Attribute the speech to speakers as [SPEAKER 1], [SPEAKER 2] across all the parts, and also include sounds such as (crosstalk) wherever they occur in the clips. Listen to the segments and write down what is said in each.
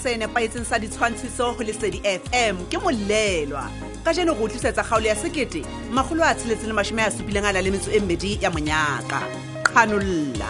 [SPEAKER 1] se nepaetseng sa ditshwantshiso go lesedi fm ke molelwa ka jeno go tlisetsa kgaolo ya sekete magolo a tsheletse le mashome a supileng a na le metso e mmedi ya monyaka qhanolla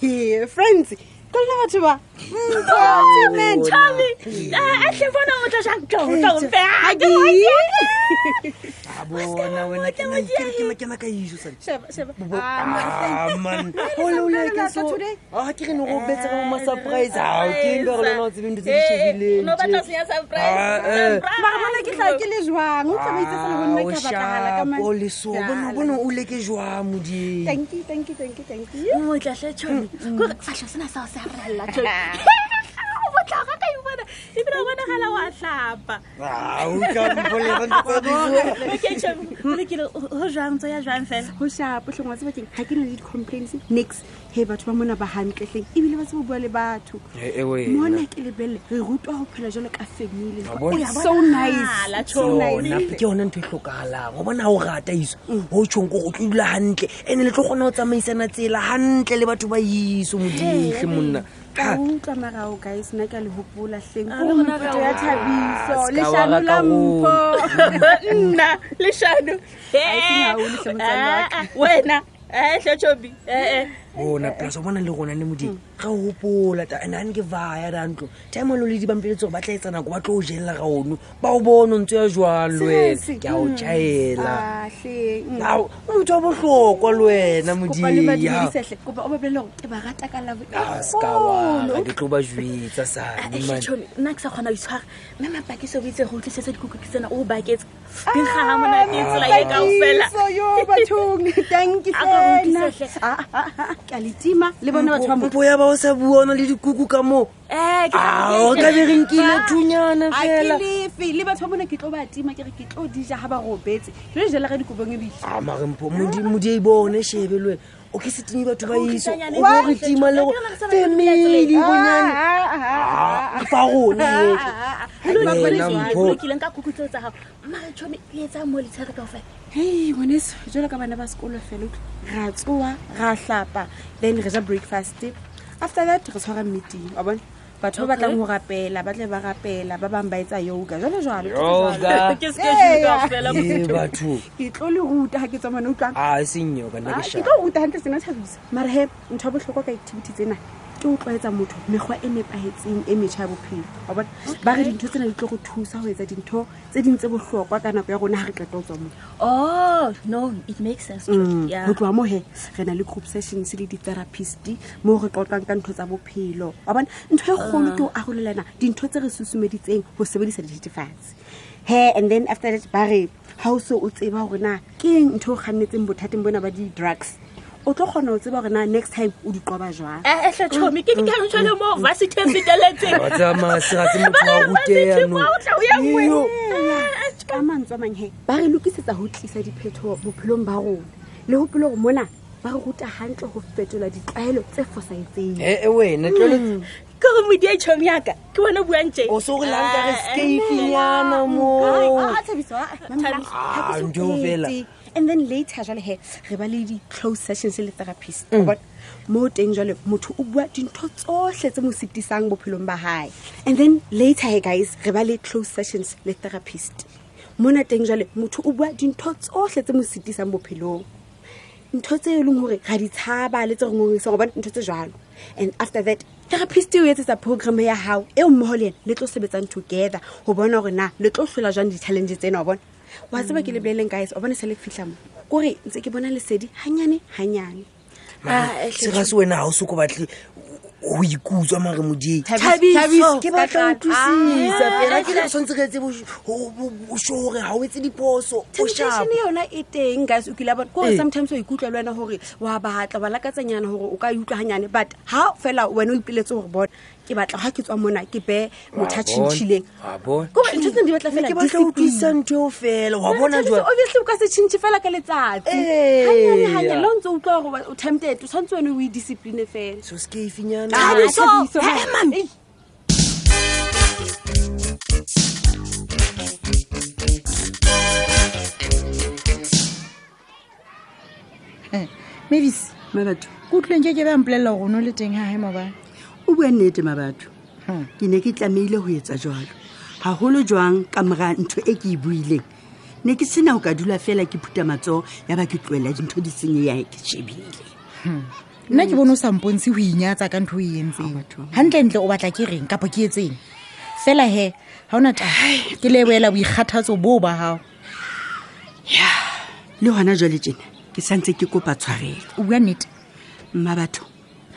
[SPEAKER 2] Hee, friends ke lena batho ba Mm,
[SPEAKER 3] Tommy, eh, ahle bona o tla jang tota o mpe. Ah, ke wa
[SPEAKER 2] Adi.
[SPEAKER 4] a bona wena ke na- ke na- ke na- ke na ka iso sa-
[SPEAKER 2] Sheba, sheba.
[SPEAKER 4] Bo- Ah, man.
[SPEAKER 2] sa
[SPEAKER 4] Ole, ole,
[SPEAKER 2] mpolella
[SPEAKER 4] ke so-
[SPEAKER 2] Saturday.
[SPEAKER 4] Ah, ke re ne go betsa ka bo ma surprise ao ke nka rona o tsebe ntho tse di
[SPEAKER 3] Eh, no batla ho
[SPEAKER 4] shebileng
[SPEAKER 3] senya surprise.
[SPEAKER 4] Ah, eh.
[SPEAKER 2] mara bona ke tla ke le jwang o tlabaitse fela bonna
[SPEAKER 4] Ah, o
[SPEAKER 2] ke a batlagala ka
[SPEAKER 4] sharp,
[SPEAKER 2] mane.
[SPEAKER 4] o leso bona bona o leke jwa modimo
[SPEAKER 2] thank you thank you thank you thank you
[SPEAKER 3] Motla hle Tommy. Ko re fahla sena sa ho se arella Tommy. O botla ga ka e bona. E bile o bona gala wa hlapa.
[SPEAKER 4] Ah, o ka mpolela ntho tsa dijo.
[SPEAKER 3] Okay Tommy, le ke re o ho jang tso ya jang fela.
[SPEAKER 2] go shapo tlhongwa tse bakeng ga ke na le di-complaints nix he batho ba mona ba gantletleng ebile ba tse bo bua le batho
[SPEAKER 4] Eh, eh, wena.
[SPEAKER 2] mona ke lebelele re rutwa go phela jalo ka family
[SPEAKER 4] Wa bona?
[SPEAKER 2] It's so nice
[SPEAKER 3] bonahala,
[SPEAKER 2] It's so nice.
[SPEAKER 4] Yona, ke yone ntho e tlhokahalang go bona o rata iso go tshong ko go tlo dula gantle ande le tlo kgona go tsamaisana tsela gantle le batho ba iso moditlhe monna
[SPEAKER 2] ka utlwa marao kae sena ke a le gopola tleng
[SPEAKER 3] Ah,
[SPEAKER 2] kore
[SPEAKER 3] rona
[SPEAKER 2] mopheto
[SPEAKER 3] re
[SPEAKER 2] ya
[SPEAKER 3] a-
[SPEAKER 2] thabiso
[SPEAKER 4] Ah, ska wa
[SPEAKER 2] leshano
[SPEAKER 4] rata
[SPEAKER 2] la
[SPEAKER 4] ruri. (laughs)
[SPEAKER 2] mpho
[SPEAKER 3] Nna le Shano.
[SPEAKER 2] e seng hao, le hle motswalle wa ka.
[SPEAKER 3] Ah, ah, Wena. Eh, hle Tommy. Eh, eh.
[SPEAKER 4] bona plus o bona le rona le modimo ga o gopola and ane ke vaya rantlo time le le dibampeletse gore ba tla etsa nako ba tlo o jelela gaono ba o bone o ntse ya jwang le wena
[SPEAKER 2] Seriously?
[SPEAKER 4] ke a o
[SPEAKER 2] Mm.
[SPEAKER 4] jaela
[SPEAKER 2] Ah, hleng. Mm.
[SPEAKER 4] o motho wa botlhokwa le
[SPEAKER 2] kopa
[SPEAKER 4] wena
[SPEAKER 2] le
[SPEAKER 4] modimo
[SPEAKER 2] badumedisehle kopa o ba bolele gore ke ba rata ka labo e
[SPEAKER 4] a
[SPEAKER 2] kgolo.
[SPEAKER 4] sekawaa ke tlo ba jwetsa
[SPEAKER 2] Eh,
[SPEAKER 4] sane man.
[SPEAKER 3] tlhomi Ee, nna ke sa kgona ho itshwara mme mapaki se o itse go tlisetse dikokoki tsena o baketse
[SPEAKER 2] Ah,
[SPEAKER 3] dikga ga mona ke tsela e kao fela
[SPEAKER 2] Papiso, yo, bathong tanki
[SPEAKER 3] A ba
[SPEAKER 2] sena
[SPEAKER 3] utlwisise hle.
[SPEAKER 2] Ah, ah, ah, ke a letima le bone batho ba mo
[SPEAKER 4] mpo ya ba o sa bua ona le dikuku ka moo
[SPEAKER 3] Ee,
[SPEAKER 4] ao ka be re nkile thunyana
[SPEAKER 2] a ke
[SPEAKER 4] fela
[SPEAKER 2] lefe le batho ba bona ke tlo ba tima ke re ke tlo dija ga ba robetse jone jela ga dikobong ebile
[SPEAKER 4] Ah, amarempo modie bone shebe le wena o ke se tinye batho ba iso
[SPEAKER 3] kitanyane
[SPEAKER 4] o bo re
[SPEAKER 3] hantle,
[SPEAKER 4] tima le go
[SPEAKER 3] tjhelete e re sa ba
[SPEAKER 4] family
[SPEAKER 3] le
[SPEAKER 4] bonyane
[SPEAKER 3] Ah,
[SPEAKER 4] fa rona
[SPEAKER 2] Ah,
[SPEAKER 4] e. Wena mpho
[SPEAKER 3] kileng e ka kuku tseo tsa gago mmare tšhomi e etsa mo letshare kao fela
[SPEAKER 2] hei ngwaneso jalo ka bana ba sekolo fela utlwe. ra tsoa ra hlapa then re ja breakfast after that re tshwara meeting wa bone batho ba batlang
[SPEAKER 3] Okay.
[SPEAKER 2] go rapela ba tle ba rapela ba bangwe ba etsa yoga jalo
[SPEAKER 4] Yoga.
[SPEAKER 2] jalo
[SPEAKER 4] Ah.
[SPEAKER 3] ke schedule
[SPEAKER 2] Eya.
[SPEAKER 3] kao fela
[SPEAKER 4] e batho
[SPEAKER 2] ke tlo le ruta ga ke tswa mane utlwang
[SPEAKER 4] a e seng yoka nna
[SPEAKER 2] Ah,
[SPEAKER 4] ke
[SPEAKER 2] ke
[SPEAKER 4] sha
[SPEAKER 2] tlo ruta gantle sena thabisa mare he ntho ya botlhokwa ka activity tsena ke o tloetsa motho mekgwa e nepagetseng e metšha ya bophelo wa bona ba re dintho tsena di tlo go thusa go etsa dintho tse dingwe tse botlhokwa ka nako ya rona ga re qeta o tswa mo
[SPEAKER 3] oh no it makes sense
[SPEAKER 4] Mm.
[SPEAKER 3] Tjhomi. Yeah.
[SPEAKER 2] go tloga mo he re na le group sessions le di-therapist mo re qoqang ka ntho tsa bophelo wa bona ntho e kgolo ke o arolelana dintho tse re susumeditseng go sebedisa dithethefatsi he and then after that ba re ga o se o tseba gore na ke eng ntho e o kgannetseng bothateng bona ba di-drugs o tlo kgona go tseba gore na next time o di qoba jwang
[SPEAKER 3] Eh, ehle tšhomi ke dikanotšho le mo varsity e feteletseng
[SPEAKER 4] wa tsamasega
[SPEAKER 3] (laughs)
[SPEAKER 4] se motho wa ruteya
[SPEAKER 3] Varsity, wa otla o ya ngwe.
[SPEAKER 4] Iyo.
[SPEAKER 3] Ah, ah,
[SPEAKER 2] ka mantswe a mang he ba re lokisetsa go tlisa diphetho bophelong ba rona le gopolo gore mona ba re ruta gantle go fetola ditlwaelo tse fosaetseng
[SPEAKER 4] ee Eh, wena tlole
[SPEAKER 3] ke gore modie tšhomi yaka ke bona buang tje
[SPEAKER 4] o se o lanka re
[SPEAKER 3] Ah,
[SPEAKER 4] skafinyana moo Ah, ntho eo fela.
[SPEAKER 2] and then later jale he re ba le di-close sessions le therapist wa bona? mo teng jale motho o bua dintho tsohle tse mo setisang bophelong ba hae and then later he guys re ba le close sessions le therapist mona teng jale motho o bua dintho tsohle tse mo setisang bophelong ntho tse e leng gore ga di tshaba le tse re ngongisang gobane ntho tse jalo and after that therapist o etsetsa programme ya gago eo mmogo le ena le tlo sebetsang together go bona gore na le tlo tlhola jang di-challenge tsena wa bona wa tseba ke lebeleleng ka ese wa bone se le fitlha mo kore ntse ke bona lesedi ganyane ganyane
[SPEAKER 3] Ah, ehle
[SPEAKER 4] sega se wena ga o seko batle go ikutswa mare modie
[SPEAKER 3] Thabiso.
[SPEAKER 4] ke batla
[SPEAKER 3] Ah,
[SPEAKER 4] o tlwisisa fela ke
[SPEAKER 3] ehle.
[SPEAKER 4] re tshwanetse re etse bosore ga o etse diphoso o
[SPEAKER 2] temptation
[SPEAKER 4] shapo
[SPEAKER 2] yona e teng guys o kile a bona kore
[SPEAKER 4] Ee.
[SPEAKER 2] sometimes o ikutlwa le wena gore wa batla wa lakatsanyana gore o ka e utlwa ganyane but ga fela wena o ipiletse gore bona ke batla ga ke tswa mona ke bee motho a tšhintšhileng kore ntho tsene di batla
[SPEAKER 4] ne
[SPEAKER 2] fela
[SPEAKER 4] ke
[SPEAKER 2] di
[SPEAKER 4] batla o
[SPEAKER 2] hlopile.
[SPEAKER 4] tlwisisa ntho eo fela wa
[SPEAKER 2] Jwale
[SPEAKER 4] bona Eh.
[SPEAKER 2] tshwanetse
[SPEAKER 4] jwa
[SPEAKER 2] obviously o ka se tšhintšhe fela ka letsatsi
[SPEAKER 4] Eya.
[SPEAKER 2] ganyanehanya le o ntse o utlwa gore o tempted o tshwanetse wene o e discipline fela
[SPEAKER 4] so skefinyana
[SPEAKER 2] Ah,
[SPEAKER 3] Thabiso.
[SPEAKER 2] Thabiso.
[SPEAKER 3] Hey, man.
[SPEAKER 2] Ei.
[SPEAKER 5] mabis
[SPEAKER 6] mabatho
[SPEAKER 5] ko utlweng ke ke ba mpolelela gore o no le teng gae mabane
[SPEAKER 6] o bua nnete mabatho ke ne ke tlameile ho etsa jalo haholo jwang ka mora ntho e ke e buileng ne ke sena ho ka dula fela ke phuta matsoho ya ba ke tlohela dintho di senyeyae ke shebile
[SPEAKER 5] nna ke bone o sa mpontshe go inyatsa ka ntho o e entseng gantlentle o batla ke reng kapa ke etseng fela he ga ona ta ke leboela boikgathatso boo ba gago
[SPEAKER 6] le hona jwale tjena ke santse ke kopa tshwarelo
[SPEAKER 5] o bua nnete
[SPEAKER 6] mma batho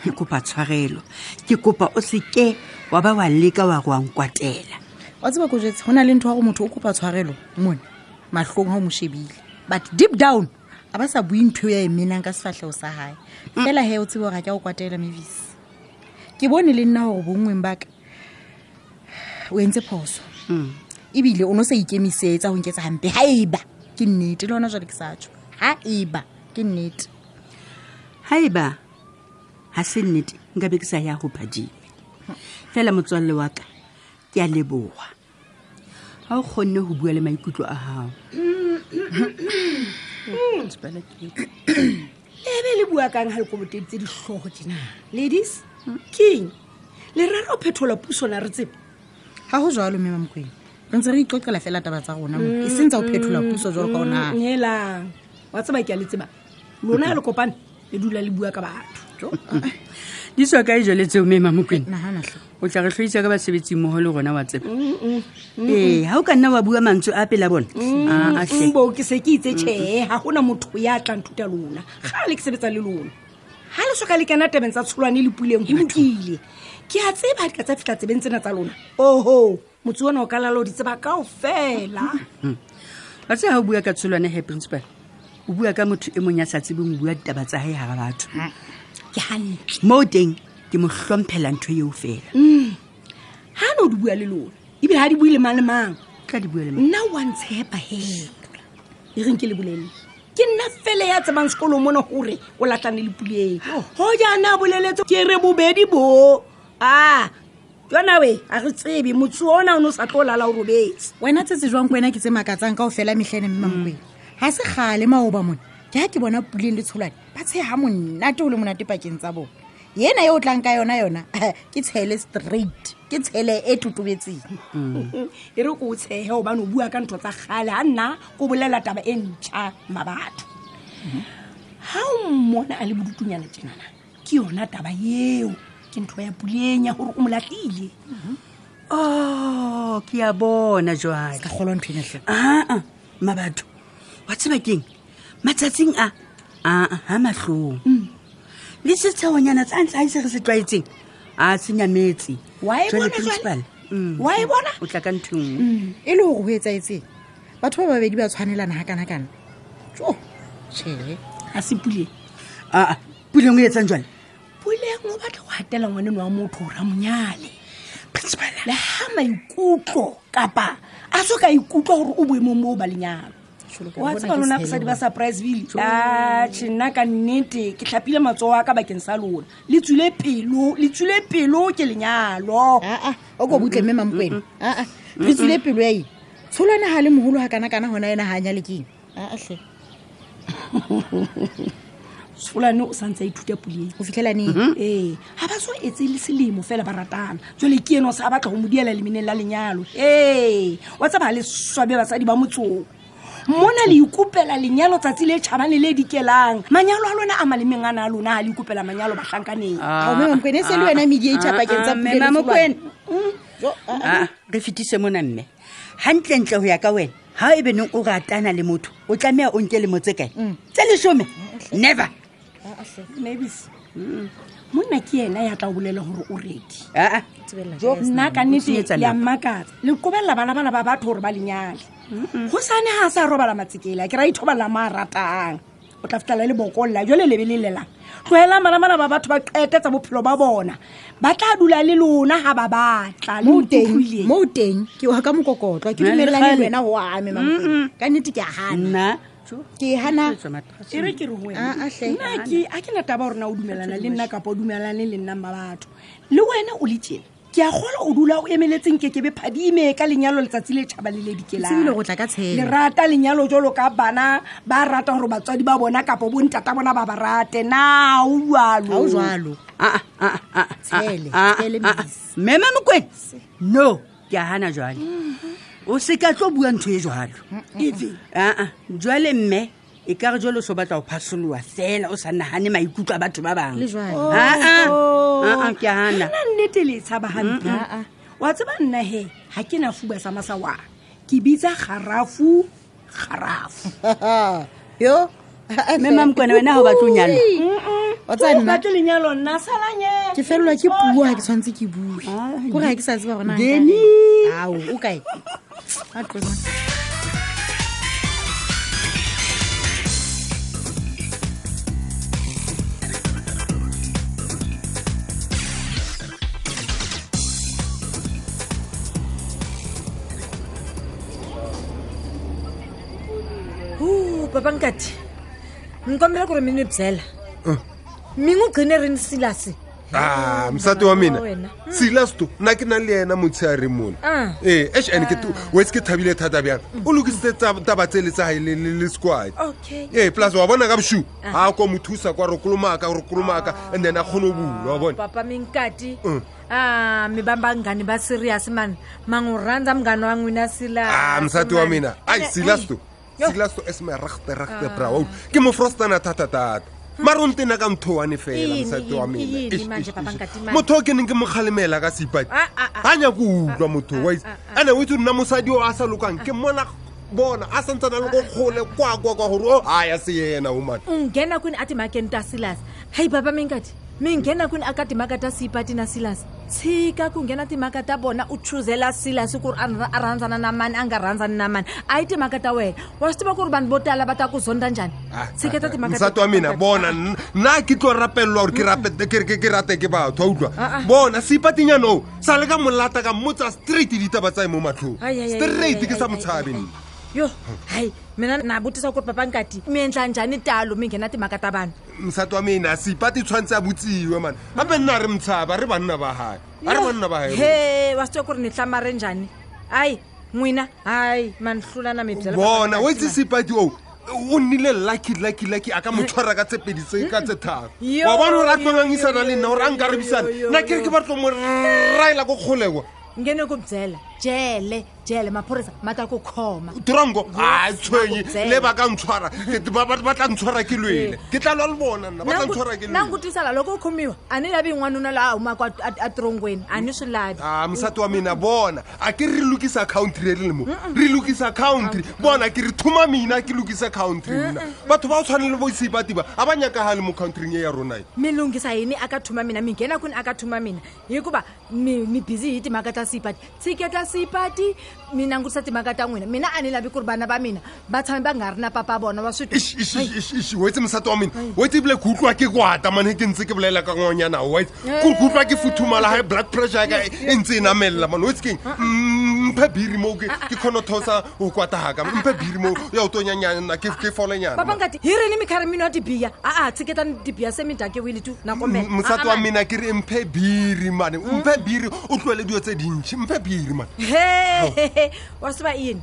[SPEAKER 6] ke kopa tshwarelo ke kopa o seke wa ba wa leka wa re wa nkwatela
[SPEAKER 5] wa tseba ko jetse go na le ntho ya gore motho o kopa tshwarelo mone matlhong ga o mo shebile but deep down a ba sa bue ntho eo ya e menang ka sefatlhego sa gae fela he o tsebe gore ga ke a o kwatela mevisi ke bone le nna gore bongweng baka o entse phoso ebile o ne o sa ikemisetsa go nketsa gampe ga eba ke nnete le gona jale ke satso ga eba ke nnete
[SPEAKER 6] ha eba ha se nnete nka be ke sa ya ho phadime fela motswalle wa ka ke a leboha ha o kgonne ho bua le maikutlo a hao
[SPEAKER 7] (coughs) ebe le bua kang ga lekoloteditse ditlhogo dina ladies keng le rara o phetola pusona re tsebe
[SPEAKER 5] ga go jalo mme mamokweng re ntse re itlotlela fela taba tsa rona mo e seng tsa go phetola puso jalo ka onana
[SPEAKER 7] elang wa tseba ke a le tsebang lona ha le kopane le dula le bua ka batho
[SPEAKER 6] di swa ka e jwale tseo me mamokwena
[SPEAKER 5] naganatlhe
[SPEAKER 4] o tla re tlhoisa ka basebetsi mmogo le rona wa tseba
[SPEAKER 6] ee ha o ka nna wa bua mantswe a pela bona Ah, ah, hle.
[SPEAKER 7] Mm, mbo ke se ke itse tšhee ga gona motho ya tlang thuta lona ga le ke sebetsa le lona ga le soka le kena tebeng tsa tsholwane le puleng go nkile ke a tseba di ka tsa fitlha tsebeng tsena tsa lona oho motse ona o ka lalo di tseba kao fela
[SPEAKER 6] wa tseba Mm. ha o bua ka tsholwane he principal o bua ka motho e mong ya sa tsebeng ho bua ditaba tsa hae gara batho
[SPEAKER 7] Mm. ke gantle
[SPEAKER 6] moo teng ke mo hlomphela ntho eo fela
[SPEAKER 7] ga Mm. no di bua le lona ebile ga di bue le mang le mang
[SPEAKER 6] tla di bua le
[SPEAKER 7] nna wa ntshepa he e reng ke le bolelele ke nna fele ya tsebang sekolong mona gore o latlane le puleng go jaana boleletse ke re bobedi bo a jona we a re tsebe motse ona o ne o sa tlo lala o robetse
[SPEAKER 5] wena tsetse jwang ko wena ke tse makatsang ka o fela metlhene mme mamokweng ga se gale maoba mone ke ga ke bona puleng le tsholwane ba tshega monate o le monate pakeng tsa bone ena yo o tlang ka yona yona (laughs) ke tshele straight ke tshele e totobetseng
[SPEAKER 7] e re ko o tshege obane o bua ka ntho tsa gale a nna ko bolela taba e ntšha mabatho ga o mmona a le bodutunyana tenana ke yona taba eo ke ntho ya puleng ya gore o mo latlile
[SPEAKER 6] o ke a bona jwale
[SPEAKER 5] ka golwa ntho enetlhe
[SPEAKER 6] aa mabatho wa tseba keng matsatsing a aa ha mahlong
[SPEAKER 7] Mm.
[SPEAKER 6] le setshehonyana tsa ntlha a se re se tlwaetseng a senyametse
[SPEAKER 7] Wa e bona jwale?
[SPEAKER 6] principal mm,
[SPEAKER 7] wa e bona
[SPEAKER 6] o tla ka ntho nngwe
[SPEAKER 5] e le gore go etsaetseng batho ba babedi ba tshwanelana ga kana-kana jo tšhee
[SPEAKER 7] ga se puleng
[SPEAKER 6] aa puleng o etsang jwale
[SPEAKER 7] poleng o batla go gatela ngwaneno wa motho o ramonyale principal le ga maikutlo kapa a so ka ikutlwa gore o boemong mo o ba lenyalo wa tseba lona basadi ba surpriseville atšhe nna ka nnete ke tlhapile matsogo a ka bakeng sa lona le tswile pelo le tswile pelo ke lenyalo
[SPEAKER 5] aa o ko butle mme mamokwena aa re tswile pelo ya eng tsholwane ga le mogolo ga kana-kana gona ena ga a nyalekeng aatlhe
[SPEAKER 7] solane o santse a ithuta poleng
[SPEAKER 5] go fitlhelaneng
[SPEAKER 7] ee ga Eh, ba so etse le selemo fela ba ratana jale ke eno sa batla go modiela lemeneng la lenyalo ee wa tsaba ha le swabe basadi ba motsong mona le ikopela lenyalo tsatsi le tšhabang le le dikelang manyalo a lona a malemeng a na a lona ga le ikopela manyalo batlhankaneng
[SPEAKER 5] ao mme mamokwena e se
[SPEAKER 7] ah,
[SPEAKER 5] le wena mediator pakeng tsa Pule le Tsholwane.
[SPEAKER 6] aa ah, re fetise mona mme gantlentle go ya ka wena ga e beneng o ratana le motho o tlameya o nke lemo tse kae tse lesome never
[SPEAKER 7] mavis mm, monna ke ena ya tla o bolela gore o redi
[SPEAKER 6] aa
[SPEAKER 7] jo nna ka nnete
[SPEAKER 6] Ntsietsa
[SPEAKER 7] le a
[SPEAKER 6] nako.
[SPEAKER 7] mmakatsa le kobelela banabana ba batho gore ba lenyale go sane ga a sa robala matsekela ke ra ithobalela mo a ratang o tla fitlhela le bokolla jo le lebe le lelang tlogelang banabana ba batho ba qetetsa bophelo ba bona ba tla dula le lona ga ba batla le
[SPEAKER 5] Moo teng-
[SPEAKER 7] nkutlwile?
[SPEAKER 5] moo teng ke wa ka mokokotlwa ke dumelelane le wena go ame mamokwena ka nnete ke a gana
[SPEAKER 6] nna
[SPEAKER 5] ke e hana
[SPEAKER 7] e re ke re ho wena
[SPEAKER 5] Ah, ah, hle.
[SPEAKER 7] nna ke- ha ke nataba gorena o dumelana le nna kapa o dumelane le nna mma batho le wena o le tjena ke a gola o dula o emeletseng ke kebe phadime ka lenyalo letsatsi le tšhaba le
[SPEAKER 2] sebile go tla
[SPEAKER 7] ledikelang
[SPEAKER 2] ka tshela
[SPEAKER 7] lerata lenyalo jalo ka bana ba rata gore batswadi ba bona kapo bontata bona ba ba rate na o
[SPEAKER 2] ga o
[SPEAKER 7] jalo
[SPEAKER 2] jalo
[SPEAKER 4] Ah, ah, ah, ah,
[SPEAKER 2] Tshele,
[SPEAKER 4] ah,
[SPEAKER 2] tshele,
[SPEAKER 4] ah, ah.
[SPEAKER 2] Modise.
[SPEAKER 4] mema mokwene no ke a gana jale o se ka tlo bua ntho e jalo aa jwale mme e ka re jalo o se o batla go phasoloa fela o sa nagane maikutlo a batho ba
[SPEAKER 2] Le
[SPEAKER 4] bangwe
[SPEAKER 2] jwale. Oh.
[SPEAKER 4] Ah, ah, ah, ke a gana
[SPEAKER 7] nna nnete le e tshaba gampe wa tseba nna he ga ke na fuba sa masawana ke bitsa garafu garafu
[SPEAKER 2] yo
[SPEAKER 4] mema mokwene wena ga o batlo nyalo
[SPEAKER 2] o tsa nna
[SPEAKER 7] batle lenyalo nna salanye
[SPEAKER 2] ke felelwa ke puo ga ke tshwanetse ke bue
[SPEAKER 7] Ah,
[SPEAKER 2] kore ga ke sa tseba gona
[SPEAKER 4] Deni.
[SPEAKER 2] ao o kae a tlosa
[SPEAKER 5] papankati nikombela ku ri mi ni byela mi n'wi gqine rini silasi
[SPEAKER 8] a Ah, msati
[SPEAKER 5] wa
[SPEAKER 8] wa
[SPEAKER 5] Ah, wena. Hmm.
[SPEAKER 8] mina silas to nna ke na le yena motshegare mone
[SPEAKER 5] Ah. Hmm.
[SPEAKER 8] ee ešn wese ke thabile thata bjang o lokisitse tsa- taba tsele tsa gae le squad
[SPEAKER 5] okay
[SPEAKER 8] ee plus wa bona ka bosu
[SPEAKER 5] Ah.
[SPEAKER 8] a ko mo thusa kwa re kolomaka re kolomaka and then a kgone go bula wa bona
[SPEAKER 5] papa minkati ah,
[SPEAKER 8] Mm.
[SPEAKER 5] a mi va vanghani va serious mani ma n'wi rhandza munghani wa n'wina silasi
[SPEAKER 8] a Ah, msati wa
[SPEAKER 5] mani.
[SPEAKER 8] mina ai
[SPEAKER 5] Ene-
[SPEAKER 8] silas to
[SPEAKER 5] Eh, Yo. Ah.
[SPEAKER 8] silas to esme rachte rachte brao ke mo frostana thata-thata
[SPEAKER 5] Hmm.
[SPEAKER 8] mare o ntena ka ntho wane fela
[SPEAKER 5] Ke
[SPEAKER 8] msati
[SPEAKER 5] eng,
[SPEAKER 8] wa
[SPEAKER 5] ke
[SPEAKER 8] mina
[SPEAKER 5] eng,
[SPEAKER 8] Eish,
[SPEAKER 5] manje,
[SPEAKER 8] eish,
[SPEAKER 5] papa
[SPEAKER 8] eish.
[SPEAKER 5] Nkati, manje?
[SPEAKER 8] motho o ke neng ke mo kgalemela ka seipati
[SPEAKER 5] Ah, ah, ah.
[SPEAKER 8] ga nyako utlwa motho wise ande o itse nna mosadi o a sa lokang
[SPEAKER 5] Ah.
[SPEAKER 8] ke mona bona a santse na le ko kgole kwa kwa kwa gore o aya se yena omane
[SPEAKER 5] u nghena kwini a timhakeni ta silasi hayi papa minkati mi nghena kwini aka timhaka ta sipati na silasi tshika ku nghena timhaka ta vona u chuzela silasi ku ri a rhandza- a rhandzana na mani a nga rhandzani na mani a yi timhaka ta wena wa swi tiva ku ri vanhu vo tala va ta ku zonda njhani
[SPEAKER 8] Ah,
[SPEAKER 5] tshiketa timhaka ta-
[SPEAKER 8] msati wa mina
[SPEAKER 5] Nkati.
[SPEAKER 8] bona n- nna ke tlo rapelelwa gore ke
[SPEAKER 5] Mm.
[SPEAKER 8] rapete- ke- ke- ke rate ke batho a utlwa
[SPEAKER 5] Ah,
[SPEAKER 8] bona seipatinyano sa le ka molata ka mmotsa straight ditaba tsae mo matlhong
[SPEAKER 5] Ai, ai, ai,
[SPEAKER 8] straight
[SPEAKER 5] ai,
[SPEAKER 8] ke
[SPEAKER 5] ai,
[SPEAKER 8] sa
[SPEAKER 5] ai,
[SPEAKER 8] motshabe
[SPEAKER 5] ai, ai.
[SPEAKER 8] nna
[SPEAKER 5] yo hayi mina na vutisa ku ri papa nkati mi endla njhani talo mi nghena timhaka ta vanhu
[SPEAKER 8] msati wa mina seipati tshwanetse a botsiwe mane gape nna a re motshaba re banna ba gae a re banna ba gae
[SPEAKER 5] he wa swi tiva ku ri ni hlamare njhani hayi n'wina hayi manihlula na mi byela
[SPEAKER 8] bona
[SPEAKER 5] Papa Nkati,
[SPEAKER 8] o itse
[SPEAKER 5] mani.
[SPEAKER 8] sepadi oo o nnile lucky lucky lucky a ka mo tshwara ka tse pedi tse ka tse tharo
[SPEAKER 5] Yo,
[SPEAKER 8] wa bone gore
[SPEAKER 5] yo,
[SPEAKER 8] a tlogangisana le nna gore a nka
[SPEAKER 5] yo,
[SPEAKER 8] rebisana
[SPEAKER 5] yo, yo,
[SPEAKER 8] nna kere
[SPEAKER 5] yo.
[SPEAKER 8] ke batlo mo raela ko kgolewa
[SPEAKER 5] ngene ku byela jele jele maphorisa ma ta ku khoma
[SPEAKER 8] tronko a tshwenye
[SPEAKER 5] nakotshela.
[SPEAKER 8] Ah, le ba ka ntshwara Ke- ba ba- ba tla ntshwara ke lwene ke tla lwa le bona Ee. nna ba tla ntshwara ke lwene
[SPEAKER 5] langutisala loko u khomiwa a ni lavi n'wanuna laha a humaka atirongweni a ni swi lavi
[SPEAKER 8] a mosati Ah, wa mina bona a ke re lokisa country re le mo re lokisa country bona ke re thoma mina ke lokisa country nna batho ba o tshwane le boisepatiba a ba nyakagale mo countryng e ya ronae
[SPEAKER 5] mi lunghisa yini aka thuma mina mi nghena kwini aka thuma mina hikuva mi mi bizi hi timhaka ta sipati tshiketa sipati mi langutisa timhaka ta n'wina mina a ni lavi ku ri vana va mina va tshama va nga ri na papa vona wa swi
[SPEAKER 8] Ish, ish, ish, ish, ish, wetse mosati wa mina wetse ebile ke utlwa ke kwata mane ke ntse ke bolela ka ngwanyana wetse kore ke utlwa ke futhumala high blood pressure ya ka e e ntse e namelela mane wetse keng Mm, mphe biri moo ke ke kgone go thosa go kwatagaka mphe biri moo ya o tonyanyana ke ke folenyana
[SPEAKER 5] papa
[SPEAKER 8] man.
[SPEAKER 5] ngati hi rini mi karhi mi nwa tibiya aa tshiketani tibiya se mi dakiwile tu na kombela
[SPEAKER 8] M- mosati wa mina ke re mphe biri mane mphe biri o tlwele dio tse dintšhi mphe biri mane
[SPEAKER 5] he wa swi va yini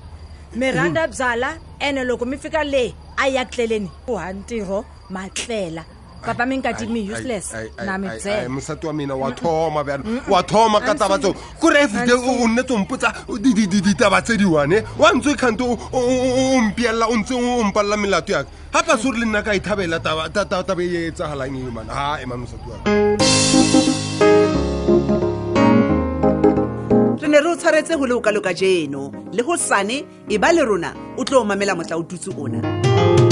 [SPEAKER 5] mi rhandza byala ene loko mi fika le a ya tleleni ku ha ntirho ma tlela papa mi nkati mi useless na mi byela
[SPEAKER 8] mosati wa mina wa thoma bjalo wa thoma ka taba tseo kore everyday o o nnetse o mpotsa di- di- di- ditaba tse diwane wa ntse o kgante o mpeelela o ntse o mpalela melato yaka gape se ore le nna ka ithabela taba- ta- ta- taba e e tsagalang eo mane ha eman mosati wa
[SPEAKER 1] re ne re o tshwaretse go le o kaloka jeno le go sane e ba le rona o tlo o mamela motla o tutse ona